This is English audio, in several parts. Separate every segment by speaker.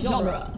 Speaker 1: genre.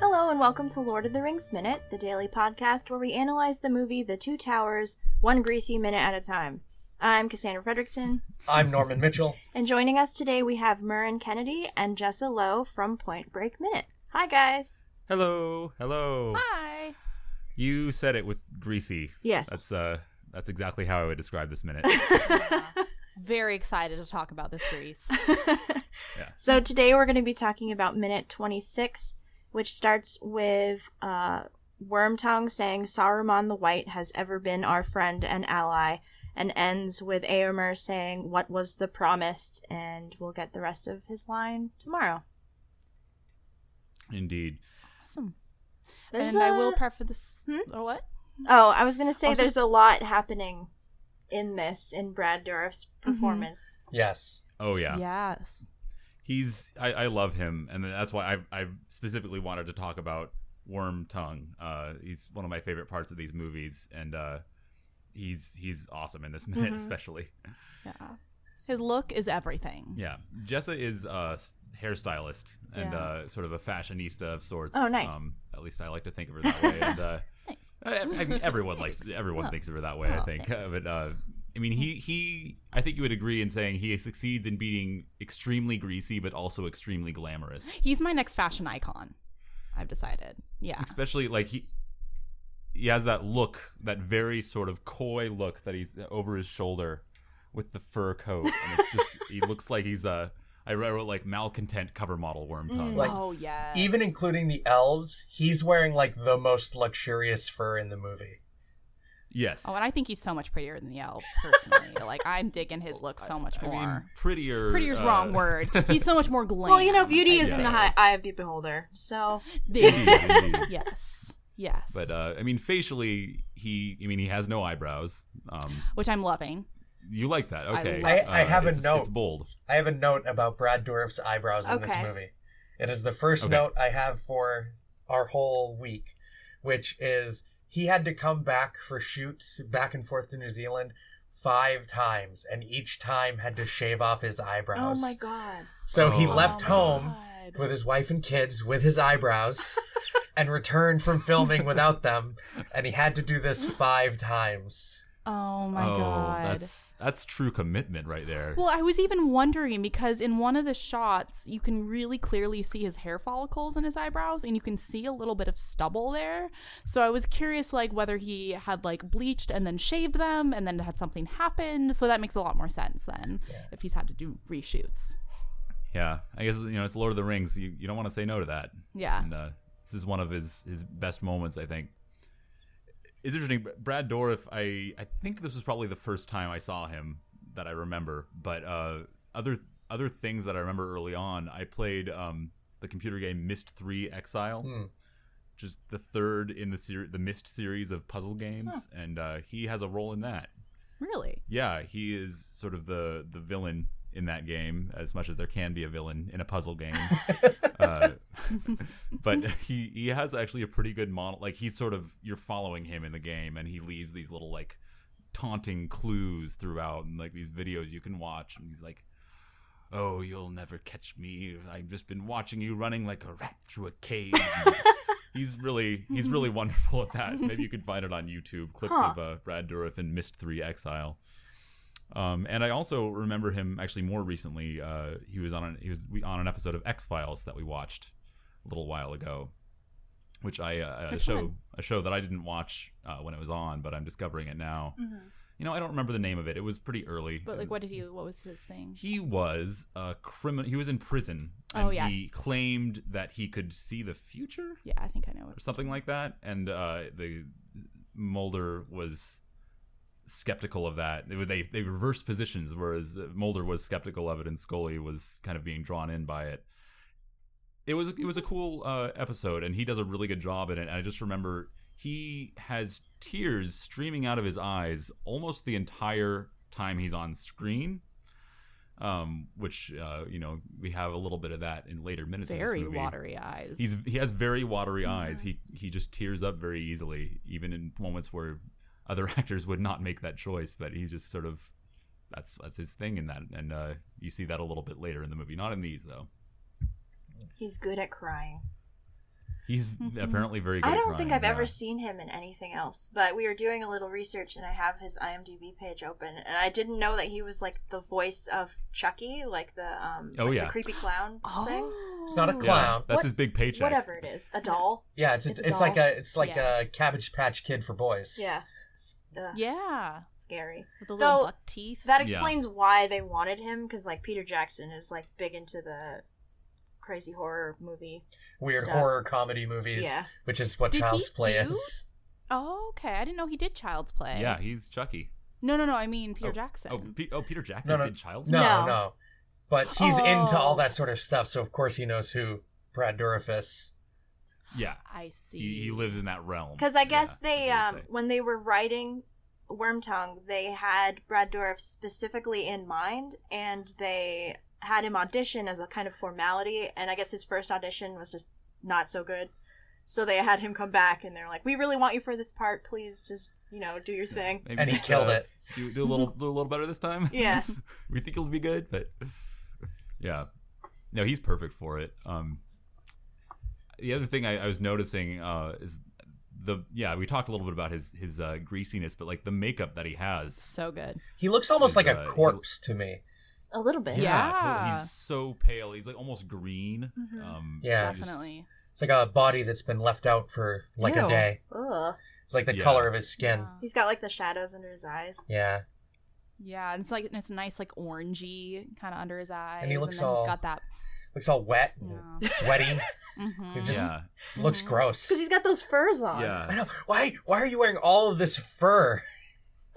Speaker 2: Hello, and welcome to Lord of the Rings Minute, the daily podcast where we analyze the movie The Two Towers one greasy minute at a time. I'm Cassandra Fredrickson,
Speaker 3: I'm Norman Mitchell.
Speaker 2: and joining us today we have Murren Kennedy and Jessa Lowe from Point Break Minute. Hi, guys.
Speaker 4: Hello, hello.
Speaker 5: Hi.
Speaker 4: You said it with greasy.
Speaker 2: Yes.
Speaker 4: That's uh, that's exactly how I would describe this minute.
Speaker 5: Very excited to talk about this grease.
Speaker 2: So today we're going to be talking about minute 26, which starts with uh, Wormtongue saying Saruman the White has ever been our friend and ally, and ends with Aomer saying what was the promised, and we'll get the rest of his line tomorrow.
Speaker 4: Indeed.
Speaker 5: Awesome.
Speaker 2: There's
Speaker 5: and I will
Speaker 2: a-
Speaker 5: preface
Speaker 2: Hmm?
Speaker 5: or what?
Speaker 2: Oh, I was going to say
Speaker 5: I was
Speaker 2: there's
Speaker 5: just-
Speaker 2: a lot happening in this in Brad Dourif's performance.
Speaker 3: Yes.
Speaker 4: Oh yeah.
Speaker 5: Yes.
Speaker 4: He's I, I love him, and that's why I I specifically wanted to talk about Worm Tongue. Uh, he's one of my favorite parts of these movies, and uh, he's he's awesome in this minute,
Speaker 2: Mhm.
Speaker 4: especially.
Speaker 5: Yeah. His look is everything.
Speaker 4: Yeah. Jessa is a s- hairstylist and
Speaker 5: Yeah.
Speaker 4: uh, sort of a fashionista of sorts. Um,
Speaker 2: Oh, nice.
Speaker 4: at least I like to think of her that way. And, uh,
Speaker 5: Thanks.
Speaker 4: I, I mean, everyone likes
Speaker 5: Thanks.
Speaker 4: everyone
Speaker 5: Oh.
Speaker 4: thinks of her that way. I
Speaker 5: Oh,
Speaker 4: think,
Speaker 5: thanks.
Speaker 4: but uh, I mean, he he. I think you would agree in saying he succeeds in being extremely greasy, but also extremely glamorous.
Speaker 5: He's my next fashion icon. I've decided. Yeah.
Speaker 4: Especially like he. He has that look, that very sort of coy look that he's uh, over his shoulder, with the fur coat, and it's just he looks like he's a. I wrote like malcontent cover model worm tongue.
Speaker 3: Like,
Speaker 5: oh yes.
Speaker 3: Even including the elves, he's wearing like the most luxurious fur in the movie.
Speaker 4: yes.
Speaker 5: Oh, and I think he's so much prettier than the elves personally. like I'm digging his look so much
Speaker 4: I
Speaker 5: more.
Speaker 4: mean, prettier.
Speaker 5: Prettier's
Speaker 4: uh,
Speaker 5: wrong word. He's so much more glam.
Speaker 2: Well, you know, beauty
Speaker 5: I'd
Speaker 2: is in the
Speaker 5: say.
Speaker 2: hi- eye of the beholder. So,
Speaker 5: There.
Speaker 4: Indeed, indeed.
Speaker 5: yes. Yes.
Speaker 4: But uh, I mean, facially, he. I mean, he has no eyebrows. Um,
Speaker 5: Which I'm loving.
Speaker 4: you like that?
Speaker 5: I
Speaker 4: Okay. Uh,
Speaker 5: love I-
Speaker 3: I have a
Speaker 4: it's,
Speaker 3: note.
Speaker 4: It's bold.
Speaker 3: I have a note about Brad Dourif's eyebrows in this
Speaker 2: Okay.
Speaker 3: movie. It is the first
Speaker 4: Okay.
Speaker 3: note I have for our whole week, which is he had to come back for shoots back and forth to New Zealand five times, and each time had to shave off his eyebrows.
Speaker 2: oh my god.
Speaker 3: So he
Speaker 4: Oh
Speaker 3: left
Speaker 4: my
Speaker 3: home
Speaker 5: God.
Speaker 3: with his wife and kids with his eyebrows and returned from filming without them and he had to do this five times
Speaker 5: Oh my
Speaker 4: oh,
Speaker 5: god.
Speaker 4: that's that's true commitment right there.
Speaker 5: Well, I was even wondering because in one of the shots, you can really clearly see his hair follicles and his eyebrows, and you can see a little bit of stubble there. So I was curious, like, whether he had like bleached and then shaved them and then had something happened. So that makes a lot more sense then if he's had to do reshoots.
Speaker 4: yeah. I guess you know it's Lord of the Rings. You you don't want to say no to that.
Speaker 5: Yeah.
Speaker 4: And uh, this is one of his his best moments, I think. It's interesting. Brad Dourif, I I think this was probably the first time I saw him that I remember. But uh, other other things that I remember early on, I played um, the computer game Myst Three Exile,
Speaker 3: Hmm.
Speaker 4: which is the third in the ser- the Myst series of puzzle games, and uh, he has a role in that.
Speaker 5: Really?
Speaker 4: Yeah, he is sort of the the villain in that game, as much as there can be a villain in a puzzle game. uh, but he he has actually a pretty good model. Like he's sort of you're following him in the game, and he leaves these little like taunting clues throughout, and like these videos you can watch, and he's like. Oh, you'll never catch me. I've just been watching you running like a rat through a cage. he's really he's really wonderful at that. Maybe you could find it on YouTube clips
Speaker 2: Huh.
Speaker 4: of uh, Brad Dourif in Mist 3 Exile. Um, and I also remember him actually more recently. Uh, he was on an, he was we- on an episode of X Files that we watched a little while ago, which I uh, a
Speaker 5: Which
Speaker 4: show
Speaker 5: one?
Speaker 4: a show that I didn't watch uh, when it was on, but I'm discovering it now.
Speaker 2: Mm-hmm.
Speaker 4: You know, I don't remember the name of it. It was pretty early.
Speaker 5: But like,
Speaker 4: and-
Speaker 5: what did he? What was his thing?
Speaker 4: he was a criminal. He was in prison. And
Speaker 5: Oh, yeah.
Speaker 4: He claimed that he could see the future
Speaker 5: Yeah, I think I know
Speaker 4: or
Speaker 5: it.
Speaker 4: something like that, and uh, the Mulder was skeptical of that. They they, they reversed positions, whereas Mulder was skeptical of it, and Scully was kind of being drawn in by it. It was it was a cool uh, episode, and he does a really good job in it. And I just remember he has tears streaming out of his eyes almost the entire time he's on screen. um, which uh, you know we have a little bit of that in later minutes. of this
Speaker 5: Very
Speaker 4: movie.
Speaker 5: watery eyes.
Speaker 4: He's he has very watery
Speaker 5: Mhm.
Speaker 4: eyes. He he just tears up very easily, even in moments where other actors would not make that choice. But he's just sort of that's that's his thing in that, and uh, you see that a little bit later in the movie. Not in these though.
Speaker 2: He's good at crying.
Speaker 4: He's
Speaker 5: Mhm.
Speaker 4: apparently very. good
Speaker 2: Mm-hmm. I
Speaker 4: at
Speaker 2: don't think I've
Speaker 4: crying, yeah.
Speaker 2: ever seen him in anything else, but we were doing a little research and I have his IMDb page open and I didn't know that he was like the voice of Chucky, like the um
Speaker 4: Oh,
Speaker 2: like
Speaker 4: yeah.
Speaker 2: the creepy clown thing.
Speaker 3: It's not a
Speaker 5: Oh.
Speaker 4: Yeah,
Speaker 3: clown.
Speaker 4: that's
Speaker 2: What-
Speaker 4: his big paycheck.
Speaker 2: Whatever it is, a doll.
Speaker 3: Yeah, it's a,
Speaker 2: It's
Speaker 3: it's,
Speaker 2: a
Speaker 3: like
Speaker 2: doll.
Speaker 3: a it's like
Speaker 5: Yeah.
Speaker 3: a Cabbage Patch Kid for boys.
Speaker 2: Yeah. S- ugh,
Speaker 5: Yeah.
Speaker 2: Scary.
Speaker 5: With those
Speaker 2: So,
Speaker 5: little buck teeth.
Speaker 2: That
Speaker 4: Yeah.
Speaker 2: explains why they wanted him cuz like Peter Jackson is like big into the crazy horror movie.
Speaker 3: Weird
Speaker 2: Stuff.
Speaker 3: horror comedy movies,
Speaker 2: Yeah.
Speaker 3: which is what
Speaker 5: Did he
Speaker 3: Child's Play
Speaker 5: do-
Speaker 3: is.
Speaker 5: oh, okay. I didn't know he did Child's Play.
Speaker 4: Yeah, he's Chucky.
Speaker 5: No, no, no. I mean Peter
Speaker 4: oh,
Speaker 5: Jackson.
Speaker 4: Oh, Pe- oh, Peter Jackson
Speaker 3: No, no,
Speaker 4: did Child's
Speaker 3: No,
Speaker 2: No.
Speaker 3: no. But he's into
Speaker 5: Oh.
Speaker 3: all that sort of stuff, so of course he knows who Brad Dourif
Speaker 4: Play? Yeah,
Speaker 5: I see.
Speaker 4: he, he lives in that realm.
Speaker 2: Because I guess
Speaker 4: Um, Yeah,
Speaker 2: they,
Speaker 4: that's
Speaker 2: um,
Speaker 4: what you'd say.
Speaker 2: when they were writing Wormtongue, they had Brad Dourif specifically in mind, and they had him audition as a kind of formality. And I guess his first audition was just not so good, so they had him come back, and they're like, "We really want you for this part. Please, just you know, do your thing."
Speaker 4: Maybe
Speaker 3: and he
Speaker 4: just,
Speaker 3: killed
Speaker 4: uh,
Speaker 3: it.
Speaker 4: Do, do a little, do a little better this time.
Speaker 2: Yeah,
Speaker 4: we think it'll be good, but yeah, no, he's perfect for it. Um, the other thing I, I was noticing uh, is the yeah we talked a little bit about his his uh, greasiness, but like the makeup that he has.
Speaker 5: so good.
Speaker 3: He looks almost like
Speaker 4: He's, uh,
Speaker 3: a
Speaker 4: he-
Speaker 3: corpse to me.
Speaker 2: a little bit.
Speaker 5: Yeah. Mm-hmm.
Speaker 4: totally. he's so pale. He's like almost green.
Speaker 2: Mhm.
Speaker 4: Um,
Speaker 3: Yeah.
Speaker 4: just-
Speaker 5: Definitely.
Speaker 3: It's like a body that's been left out for like
Speaker 2: Ew.
Speaker 3: a day.
Speaker 2: Ugh.
Speaker 3: It's like the
Speaker 4: Yeah.
Speaker 3: color of his skin.
Speaker 5: Yeah.
Speaker 2: He's got like the shadows under his eyes.
Speaker 3: Yeah.
Speaker 5: Yeah, and it's like and it's nice, like orangey kind of under his eyes,
Speaker 3: looks
Speaker 5: then
Speaker 3: all-
Speaker 5: he's got that.
Speaker 3: Looks all wet and
Speaker 5: Yeah.
Speaker 3: sweaty.
Speaker 5: Mhm.
Speaker 3: It just-
Speaker 4: yeah,
Speaker 3: Looks
Speaker 5: Mhm.
Speaker 3: gross.
Speaker 2: Because he's got those furs on.
Speaker 3: I
Speaker 4: yeah.
Speaker 3: know. Why why are you wearing all of this fur?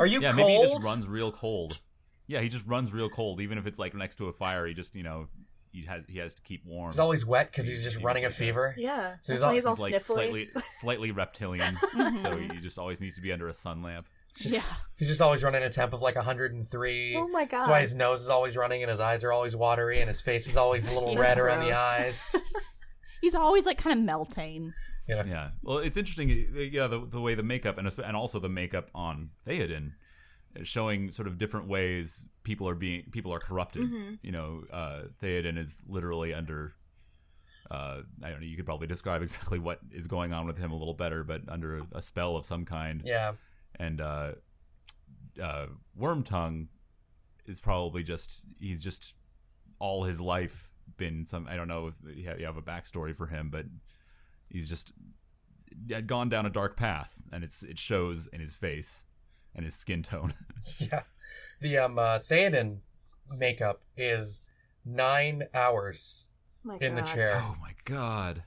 Speaker 3: Are you
Speaker 4: Yeah,
Speaker 3: cold?
Speaker 4: maybe he just runs real cold. Yeah, he just runs real cold, even if it's like next to a fire. He just, you know, he has he has to keep warm.
Speaker 3: He's always wet because he's just
Speaker 4: He's
Speaker 3: running a
Speaker 4: like a-
Speaker 3: fever.
Speaker 2: Yeah.
Speaker 3: So
Speaker 2: That's
Speaker 3: he's
Speaker 2: why
Speaker 3: all-
Speaker 2: he's all
Speaker 4: He's, like
Speaker 2: sniffly.
Speaker 4: slightly slightly reptilian,
Speaker 5: Mhm.
Speaker 4: so he just always needs to be under a sun lamp.
Speaker 3: It's just-
Speaker 5: yeah.
Speaker 3: He's just always running a temp of like 103.
Speaker 2: Oh my god.
Speaker 3: That's why his nose is always running and his eyes are always watery and his face is always a little
Speaker 5: Yeah,
Speaker 3: red
Speaker 5: it's
Speaker 3: around the
Speaker 2: gross.
Speaker 3: eyes.
Speaker 5: He's always like kind of melting.
Speaker 3: Yeah.
Speaker 4: Yeah. Well, it's interesting. uh, Yeah, the, the way the makeup and espe- and also the makeup on Theoden, uh, showing sort of different ways people are being people are corrupted.
Speaker 2: Mhm.
Speaker 4: You know, uh, Theoden is literally under. Uh, I don't know. You could probably describe exactly what is going on with him a little better, but under a, a spell of some kind.
Speaker 3: Yeah.
Speaker 4: And uh, uh, Wormtongue is probably just he's just all his life been some I don't know if you have, you have a backstory for him, but he's just had gone down a dark path, and it's it shows in his face and his skin tone.
Speaker 3: Yeah. The um uh, Theoden makeup is nine hours
Speaker 2: My
Speaker 3: in the
Speaker 2: God.
Speaker 3: chair
Speaker 4: Oh my god!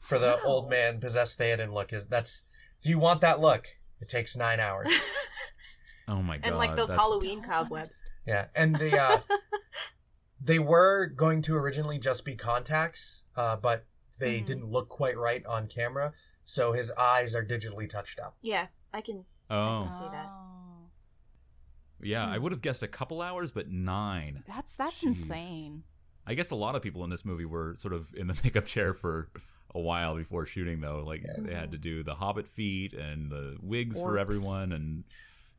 Speaker 3: for the
Speaker 5: Wow.
Speaker 3: old man possessed Theoden look. Is that's if you want that look, it takes nine hours.
Speaker 4: Oh my god!
Speaker 2: And like those
Speaker 4: that's-
Speaker 2: Halloween
Speaker 5: Don't
Speaker 2: cobwebs.
Speaker 3: yeah, and the uh, they were going to originally just be contacts, uh, but they
Speaker 2: Mm-hmm.
Speaker 5: Mhm.
Speaker 3: didn't look quite right on camera, so his eyes are digitally touched up.
Speaker 2: Yeah, I can.
Speaker 4: Oh
Speaker 2: see that.
Speaker 5: Oh.
Speaker 4: yeah,
Speaker 2: Mm-hmm.
Speaker 4: I would have guessed a couple hours, but nine.
Speaker 5: That's that's
Speaker 4: Jeez.
Speaker 5: insane.
Speaker 4: I guess a lot of people in this movie were sort of in the makeup chair for a while before shooting, though. Like they had to do the Hobbit feet and the wigs for
Speaker 5: Orcs.
Speaker 4: everyone, and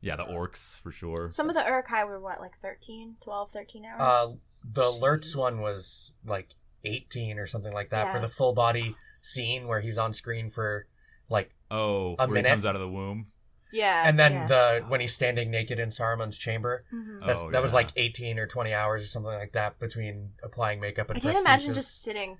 Speaker 4: yeah, the orcs for sure.
Speaker 2: Some of the Urukai were what, like 13, 12, 13 hours?
Speaker 3: Uh, the Lertz one was like 18 or something like that for
Speaker 2: Yeah.
Speaker 3: the full body scene where he's on screen for like
Speaker 4: oh,
Speaker 3: a
Speaker 4: where
Speaker 3: minute.
Speaker 4: he comes out of the womb.
Speaker 2: yeah.
Speaker 3: and then
Speaker 2: yeah.
Speaker 3: the when he's standing naked in Saruman's chamber.
Speaker 2: Mhm.
Speaker 4: Uh,
Speaker 3: That's,
Speaker 4: Oh,
Speaker 3: that was
Speaker 4: yeah.
Speaker 3: like 18 or 20 hours or something like that between applying makeup and
Speaker 2: I can't
Speaker 3: prosthesis.
Speaker 2: imagine just sitting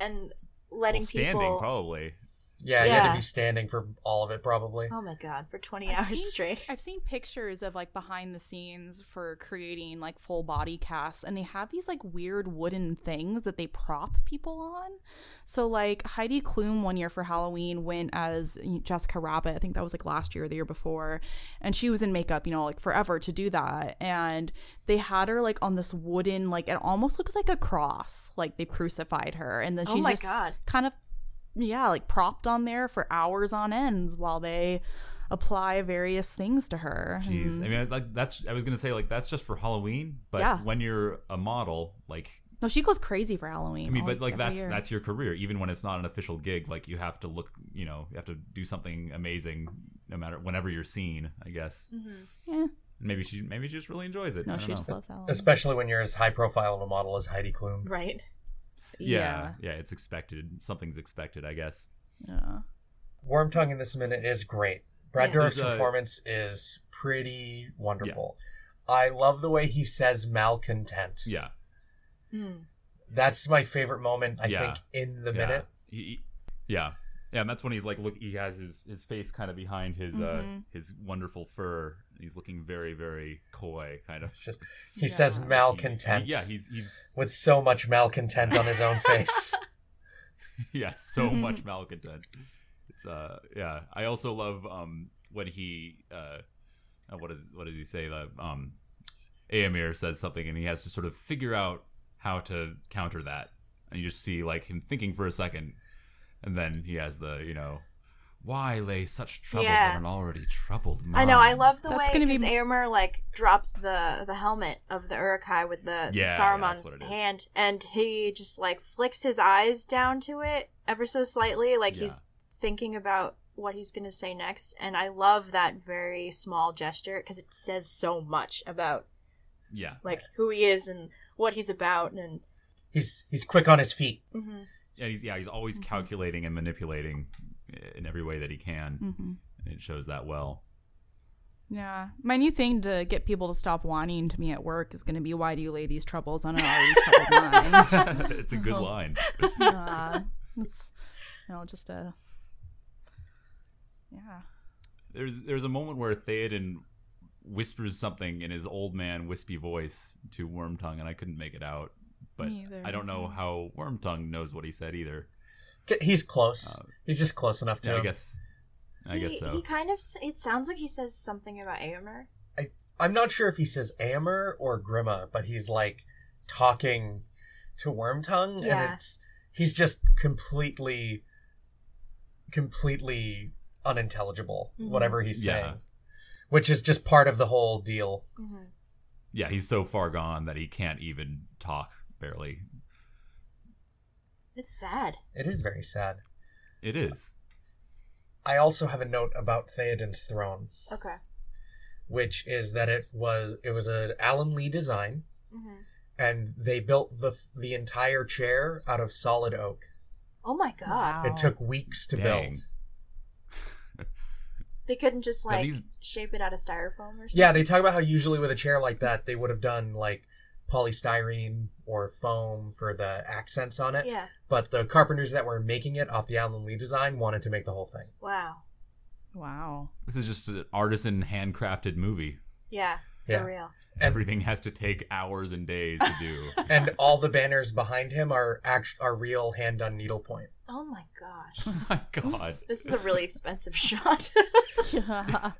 Speaker 2: and letting
Speaker 4: Well, standing
Speaker 2: people.
Speaker 4: probably.
Speaker 3: yeah, you had
Speaker 2: Yeah.
Speaker 3: to be standing for all of it probably.
Speaker 2: Oh my god, for 20
Speaker 5: I've
Speaker 2: hours
Speaker 5: seen-
Speaker 2: straight.
Speaker 5: I've seen pictures of like behind the scenes for creating like full body casts, and they have these like weird wooden things that they prop people on. So like Heidi Klum one year for Halloween went as Jessica Rabbit. I think that was like last year or the year before, and she was in makeup, you know, like forever to do that. And they had her like on this wooden like it almost looks like a cross, like they crucified her, and then
Speaker 2: Oh
Speaker 5: she's
Speaker 2: my
Speaker 5: just
Speaker 2: God.
Speaker 5: kind of yeah, like propped on there for hours on ends while they apply various things to her.
Speaker 4: Jeez,
Speaker 3: Mm-hmm.
Speaker 5: And-
Speaker 4: I mean, like that's I was gonna say like that's just for Halloween, but
Speaker 5: Yeah.
Speaker 4: when you're a model, like
Speaker 5: no, she goes crazy for Halloween.
Speaker 4: I mean,
Speaker 5: all-
Speaker 4: but like
Speaker 5: every
Speaker 4: that's
Speaker 5: year.
Speaker 4: that's your career, even when it's not an official gig. Like you have to look, you know, you have to do something amazing, no matter whenever you're seen. I guess
Speaker 2: Mm-hmm.
Speaker 5: yeah.
Speaker 4: maybe she maybe she just really enjoys it. I
Speaker 5: No,
Speaker 4: don't
Speaker 5: she
Speaker 4: know.
Speaker 5: just loves Halloween.
Speaker 3: Especially when you're as high profile of a model as Heidi Klum.
Speaker 2: Right.
Speaker 4: yeah, yeah, it's expected. Something's expected, I guess.
Speaker 5: yeah.
Speaker 3: Worm Tongue in this minute is great. Brad
Speaker 2: Yeah.
Speaker 3: Dourif's
Speaker 4: He's, uh,
Speaker 3: performance is pretty wonderful. I love the way he says malcontent.
Speaker 4: Yeah,
Speaker 2: Mm.
Speaker 3: That's my favorite moment, I
Speaker 4: Yeah.
Speaker 3: think, in the
Speaker 4: yeah.
Speaker 3: minute.
Speaker 4: He, he- yeah, yeah, and that's when he's like, look, he has his his face kind of behind his uh
Speaker 5: Mhm.
Speaker 4: his wonderful fur. He's looking very very coy, kind of.
Speaker 3: It's just he
Speaker 5: Yeah.
Speaker 3: says
Speaker 5: He- he-
Speaker 3: malcontent
Speaker 4: He- yeah, he's he's
Speaker 3: with so much malcontent on his own face.
Speaker 4: yeah, so much malcontent. It's uh yeah. I also love um when he uh uh, what is what does he say? The um Amir says something and he has to sort of figure out how to counter that. And you just see like him thinking for a second and then he has the, you know, why lay such troubles
Speaker 2: Yeah.
Speaker 4: on an already troubled mind?
Speaker 2: I know. I love the
Speaker 5: That's
Speaker 2: way
Speaker 5: gonna be
Speaker 2: because
Speaker 5: m-
Speaker 2: Aomer like drops the the helmet of the Urukai with the
Speaker 4: Yeah, yeah,
Speaker 2: Saruman's
Speaker 4: that's what it is.
Speaker 2: hand, and he just like flicks his eyes down to it ever so slightly, like
Speaker 4: Yeah.
Speaker 2: he's thinking about what he's gonna say next. And I love that very small gesture because it says so much about
Speaker 4: Yeah.
Speaker 2: like who he is and what he's about, and
Speaker 3: he's he's quick on his feet.
Speaker 2: mhm.
Speaker 4: Yeah, he's yeah, he's always
Speaker 5: Mhm.
Speaker 2: Mm-hmm.
Speaker 4: calculating and manipulating eh, in every way that he can.
Speaker 2: Mm.
Speaker 5: Mm-hmm.
Speaker 4: And it shows that well.
Speaker 5: Yeah. My new thing to get people to stop whining to me at work is going to be why do you lay these troubles on an already troubled mind?
Speaker 4: it's a good
Speaker 5: Oh.
Speaker 4: line.
Speaker 5: uh, it's, you know, just a. Yeah.
Speaker 4: there's there's a moment where Theoden whispers something in his old man wispy voice to Wormtongue, and I couldn't make it out. But
Speaker 5: Me either.
Speaker 4: I don't know how Wormtongue knows what he said either.
Speaker 3: K- He's close.
Speaker 4: Uh,
Speaker 3: he's just close enough to.
Speaker 4: Yeah, I
Speaker 3: him.
Speaker 4: guess. I
Speaker 2: he,
Speaker 4: guess so.
Speaker 2: He kind of s- it sounds like he says something about Aomer.
Speaker 3: I'm not sure if he says Amor or Grima, but he's like talking to Wormtongue,
Speaker 2: Yeah.
Speaker 3: and it's he's just completely, completely unintelligible.
Speaker 2: Mhm.
Speaker 3: Whatever he's
Speaker 4: Yeah.
Speaker 3: saying, which is just part of the whole deal.
Speaker 2: hmm
Speaker 4: Yeah, he's so far gone that he can't even talk barely.
Speaker 2: It's sad.
Speaker 3: It is very sad.
Speaker 4: It is.
Speaker 3: I also have a note about Theoden's throne,
Speaker 2: Okay.
Speaker 3: which is that it was it was an Alan Lee design,
Speaker 2: hmm
Speaker 3: and they built the the entire chair out of solid oak.
Speaker 2: Oh my god!
Speaker 3: It took weeks to
Speaker 4: Dang.
Speaker 3: build.
Speaker 2: They couldn't just
Speaker 4: Now
Speaker 2: like
Speaker 4: these-
Speaker 2: shape it out of styrofoam or something.
Speaker 3: Yeah, they talk about how usually with a chair like that, they would have done like polystyrene or foam for the accents on it.
Speaker 2: Yeah.
Speaker 3: But the carpenters that were making it off the Allen Lee design wanted to make the whole thing.
Speaker 2: Wow.
Speaker 5: Wow.
Speaker 4: This is just an artisan handcrafted movie.
Speaker 2: Yeah.
Speaker 3: Yeah.
Speaker 2: For real.
Speaker 4: Everything has to take hours and days to do.
Speaker 3: And all the banners behind him are act- are real hand done needlepoint.
Speaker 2: Oh my gosh.
Speaker 4: oh my god.
Speaker 2: This is a really expensive shot.
Speaker 5: Yeah.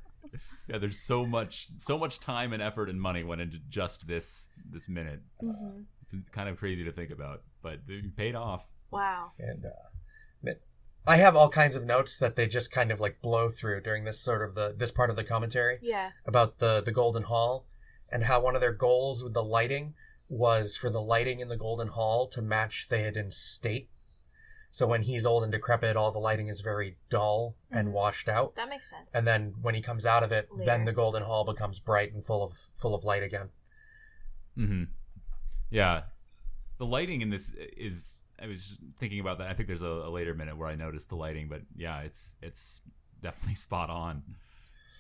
Speaker 4: Yeah, there's so much so much time and effort and money went into just this this minute.
Speaker 2: hmm
Speaker 4: It's kind of crazy to think about, but it paid off.
Speaker 2: Wow.
Speaker 3: And uh, it- I have all kinds of notes that they just kind of like blow through during this sort of the this part of the commentary
Speaker 2: Yeah.
Speaker 3: about the the Golden Hall and how one of their goals with the lighting was for the lighting in the Golden Hall to match Theoden's state. So when he's old and decrepit, all the lighting is very dull and
Speaker 2: Mhm.
Speaker 3: washed out.
Speaker 2: That makes sense.
Speaker 3: And then when he comes out of it, then
Speaker 2: Later.
Speaker 3: the Golden Hall becomes bright and full of full of light again.
Speaker 4: hmm Yeah, the lighting in this is. I was just thinking about that. I think there's a, a later minute where I noticed the lighting, but yeah, it's it's definitely spot on.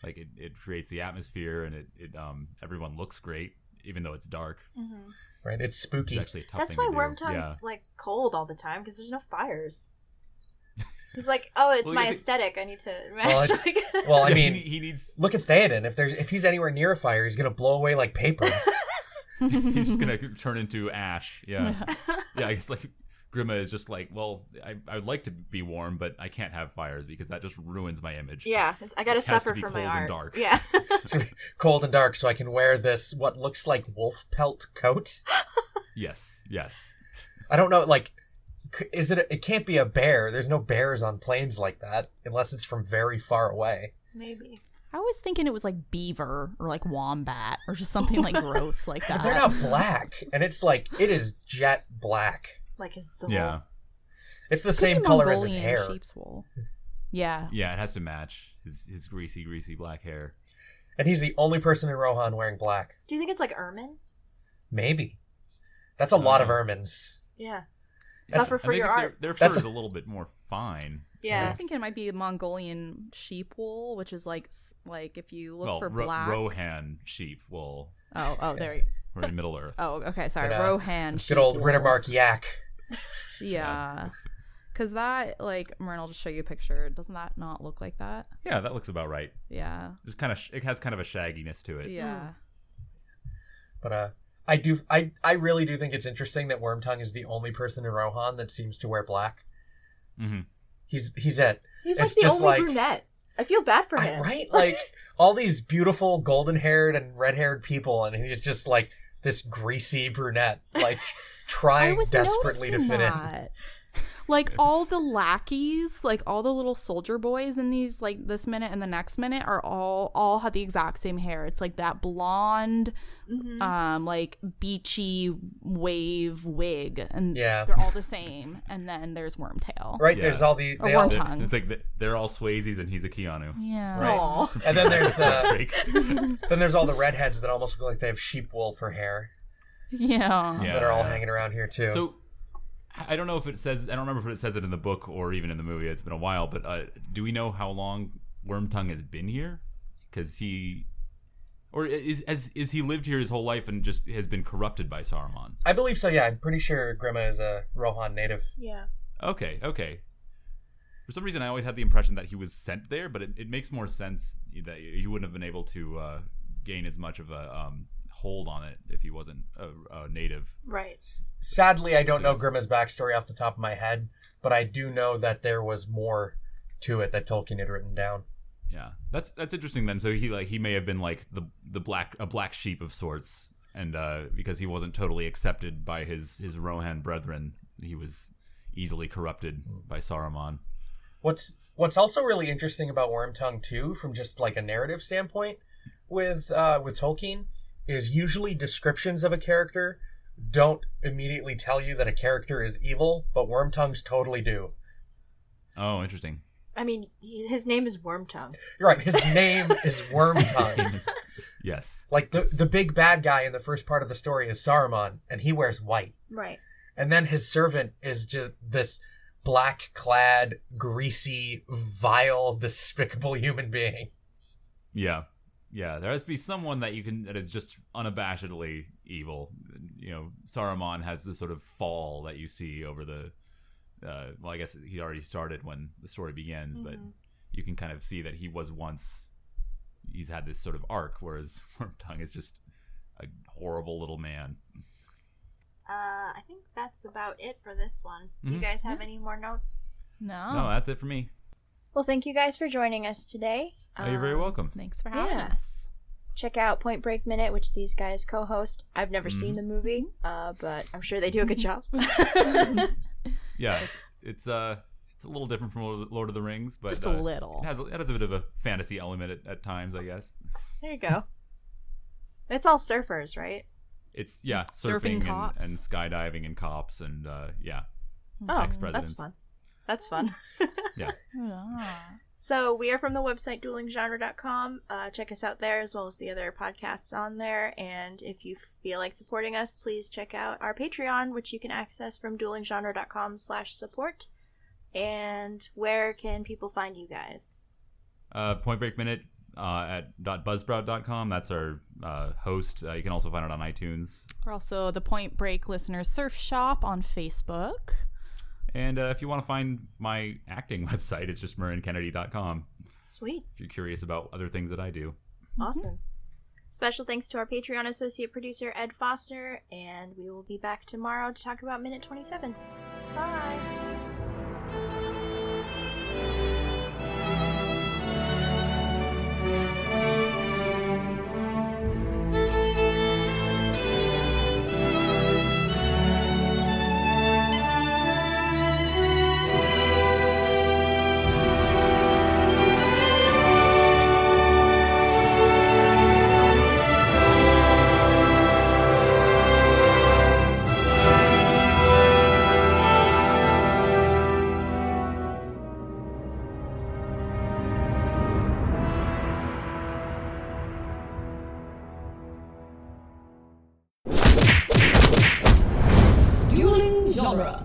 Speaker 4: Like it, it creates the atmosphere, and it, it um everyone looks great, even though it's dark.
Speaker 2: hmm
Speaker 3: Right? It's
Speaker 4: It's
Speaker 3: spooky.
Speaker 4: actually a tough.
Speaker 2: That's
Speaker 4: thing
Speaker 2: why
Speaker 4: to do.
Speaker 2: Wormtongue's
Speaker 4: Yeah.
Speaker 2: like cold all the time because there's no fires. He's like, oh, it's
Speaker 4: Well,
Speaker 2: my
Speaker 4: yeah, but-
Speaker 2: aesthetic. I need to
Speaker 3: Well,
Speaker 2: match.
Speaker 3: it's-
Speaker 2: like-
Speaker 3: Well, I
Speaker 4: Yeah,
Speaker 3: mean,
Speaker 4: he, he needs.
Speaker 3: look at Theoden. If there's if he's anywhere near a fire, he's gonna blow away like paper.
Speaker 4: He's just gonna turn into ash. Yeah. yeah, I guess like Grima is just like, well, I I'd like to be warm, but I can't have fires because that just ruins my image.
Speaker 2: yeah. It's, I got
Speaker 4: It
Speaker 2: to
Speaker 4: has to
Speaker 2: suffer
Speaker 4: be
Speaker 2: for my
Speaker 4: cold and
Speaker 2: art.
Speaker 4: dark.
Speaker 2: Yeah.
Speaker 3: Cold and dark, so I can wear this what looks like wolf pelt coat.
Speaker 4: Yes. Yes.
Speaker 3: I don't know, like, c- is it? A, it can't be a bear. There's no bears on plains like that, unless it's from very far away.
Speaker 2: Maybe.
Speaker 5: I was thinking it was like beaver or like wombat or just something like gross like that.
Speaker 3: But they're not black, and it's like it is jet black.
Speaker 2: Like his soul.
Speaker 4: Yeah.
Speaker 3: It's the
Speaker 5: Could
Speaker 3: same
Speaker 5: be
Speaker 3: color as his
Speaker 5: Mongolian
Speaker 3: hair. Hmm.
Speaker 5: Sheep's wool. Yeah.
Speaker 4: Yeah, it has to match his his greasy, greasy black hair.
Speaker 3: And he's the only person in Rohan wearing black.
Speaker 2: Do you think it's like ermine?
Speaker 3: Maybe. That's a lot of
Speaker 4: Oh.
Speaker 3: ermines.
Speaker 2: Yeah.
Speaker 3: That's-
Speaker 2: Suffer
Speaker 4: And
Speaker 2: for
Speaker 4: they-
Speaker 2: your
Speaker 4: their,
Speaker 2: art.
Speaker 4: Their
Speaker 3: That's
Speaker 4: fur is
Speaker 3: a-
Speaker 4: a little bit more fine.
Speaker 5: I
Speaker 2: Yeah.
Speaker 5: was thinking it might be Mongolian sheep wool, which is like s- like if you look
Speaker 4: well,
Speaker 5: for
Speaker 4: Ro-
Speaker 5: black.
Speaker 4: Rohan sheep wool.
Speaker 5: Oh, oh, there. You-
Speaker 4: We're in Middle Earth.
Speaker 5: oh, okay. Sorry,
Speaker 3: Good, uh,
Speaker 5: Rohan. sheep
Speaker 3: Good old
Speaker 5: wool.
Speaker 3: Rittermark yak.
Speaker 5: Yeah. Cause that like Marin, I'll just show you a picture. Doesn't that not look like that?
Speaker 4: Yeah, that looks about right.
Speaker 5: Yeah.
Speaker 4: Just kind of, sh- it has kind of a shagginess to it.
Speaker 5: Yeah.
Speaker 3: But uh I do I I really do think it's interesting that Wormtongue is the only person in Rohan that seems to wear black.
Speaker 4: hmm
Speaker 3: He's he's it.
Speaker 2: He's like
Speaker 3: It's
Speaker 2: the
Speaker 3: just
Speaker 2: only
Speaker 3: like-
Speaker 2: brunette. I feel bad for
Speaker 3: I-
Speaker 2: him.
Speaker 3: right? Like all these beautiful golden haired and red haired people and he's just like this greasy brunette, like
Speaker 5: I
Speaker 3: trying
Speaker 5: was
Speaker 3: desperately to
Speaker 5: noticing
Speaker 3: fit in.
Speaker 5: that. Like all the lackeys, like all the little soldier boys in these, like this minute and the next minute, are all all have the exact same hair. It's like that blonde,
Speaker 2: Mhm.
Speaker 5: um, like beachy wave wig, and
Speaker 3: Yeah.
Speaker 5: they're all the same. And then there's Wormtail.
Speaker 3: Right?
Speaker 4: Yeah.
Speaker 3: There's all the
Speaker 5: Or
Speaker 3: they all,
Speaker 5: Wormtongue.
Speaker 4: They're-
Speaker 5: Tongue.
Speaker 4: It's like th- they're all Swayzes and he's a Keanu.
Speaker 5: Yeah.
Speaker 4: Right.
Speaker 2: Aw.
Speaker 3: and then there's the
Speaker 4: Drake.
Speaker 3: then there's all the redheads that almost look like they have sheep wool for hair
Speaker 5: Yeah.
Speaker 4: Yeah.
Speaker 3: that are all hanging around here too.
Speaker 4: So I I don't know if it says. I don't remember if it says it in the book or even in the movie. It's been a while, but uh, do we know how long Wormtongue has been here? Because he, or is has is he lived here his whole life and just has been corrupted by Saruman?
Speaker 3: I believe so. Yeah, I'm pretty sure Grima is a Rohan native.
Speaker 2: Yeah.
Speaker 4: Okay, okay. For some reason, I always had the impression that he was sent there, but it, it makes more sense that he wouldn't have been able to uh, gain as much of a um, hold on it if he wasn't a, a native.
Speaker 2: Right.
Speaker 3: Sadly, I don't know
Speaker 4: Yes.
Speaker 3: Grima's backstory off the top of my head, but I do know that there was more to it that Tolkien had written down.
Speaker 4: Yeah, that's that's interesting. Then, so he like he may have been like the the black a black sheep of sorts, and uh, because he wasn't totally accepted by his his Rohan brethren, he was easily corrupted by Saruman.
Speaker 3: What's What's also really interesting about Wormtongue too, from just like a narrative standpoint, with uh, with Tolkien, is usually descriptions of a character don't immediately tell you that a character is evil, but Wormtongues totally do.
Speaker 4: Oh, interesting.
Speaker 2: I mean, he, his name is Wormtongue.
Speaker 3: You're right. His name is Wormtongue.
Speaker 4: yes.
Speaker 3: Like the the big bad guy in the first part of the story is Saruman, and he wears white.
Speaker 2: Right.
Speaker 3: And then his servant is just this black clad, greasy, vile, despicable human being.
Speaker 4: Yeah. Yeah, there has to be someone that you can that is just unabashedly evil. You know, Saruman has this sort of fall that you see over the. Uh, well, I guess he already started when the story begins, but
Speaker 5: Mm-hmm.
Speaker 2: Mhm.
Speaker 4: you can kind of see that he was once. He's had this sort of arc, whereas Wormtongue is just a horrible little man.
Speaker 2: Uh, I think that's about it for this one. Do you
Speaker 3: Mm-hmm.
Speaker 4: Mhm.
Speaker 2: guys have any more notes?
Speaker 5: No.
Speaker 4: No, that's it for me.
Speaker 2: Well, thank you guys for joining us today.
Speaker 4: Oh, you're very
Speaker 5: Uh,
Speaker 2: Um,
Speaker 4: welcome.
Speaker 5: Thanks for having
Speaker 2: Yeah.
Speaker 5: us.
Speaker 2: Check out Point Break Minute, which these guys co-host. I've never
Speaker 4: Mhm.
Speaker 2: seen
Speaker 3: Mm-hmm.
Speaker 2: the movie, uh, but I'm sure they do a good job.
Speaker 4: Yeah, it's uh, it's a little different from Lord- Lord of the Rings, but
Speaker 5: Just a
Speaker 4: uh,
Speaker 5: little.
Speaker 4: It has, it has a bit of a fantasy element at, at times, I guess.
Speaker 2: There you go. It's all surfers, right?
Speaker 4: It's yeah,
Speaker 5: Surfing
Speaker 4: surfing,
Speaker 5: cops.
Speaker 4: and, and skydiving and cops and uh, yeah,
Speaker 2: Oh, that's
Speaker 4: Ex-presidents.
Speaker 2: fun. That's fun.
Speaker 4: yeah.
Speaker 5: Yeah.
Speaker 2: So we are from the website duelinggenre.com. Uh, check us out there as well as the other podcasts on there. And if you feel like supporting us, please check out our Patreon, which you can access from duelinggenre.com slash support. And where can people find you guys?
Speaker 4: Uh, Point Break Minute uh, at .buzzsprout.com. That's our uh, host. Uh, you can also find it on iTunes.
Speaker 5: We're also the Point Break Listeners Surf Shop on Facebook.
Speaker 4: And uh, if you want to find my acting website, it's just marinkennedy.com.
Speaker 2: Sweet.
Speaker 4: If you're curious about other things that I do,
Speaker 2: Awesome. Special thanks to our Patreon associate producer, Ed Foster. And we will be back tomorrow to talk about Minute 27. Bye.
Speaker 1: genre.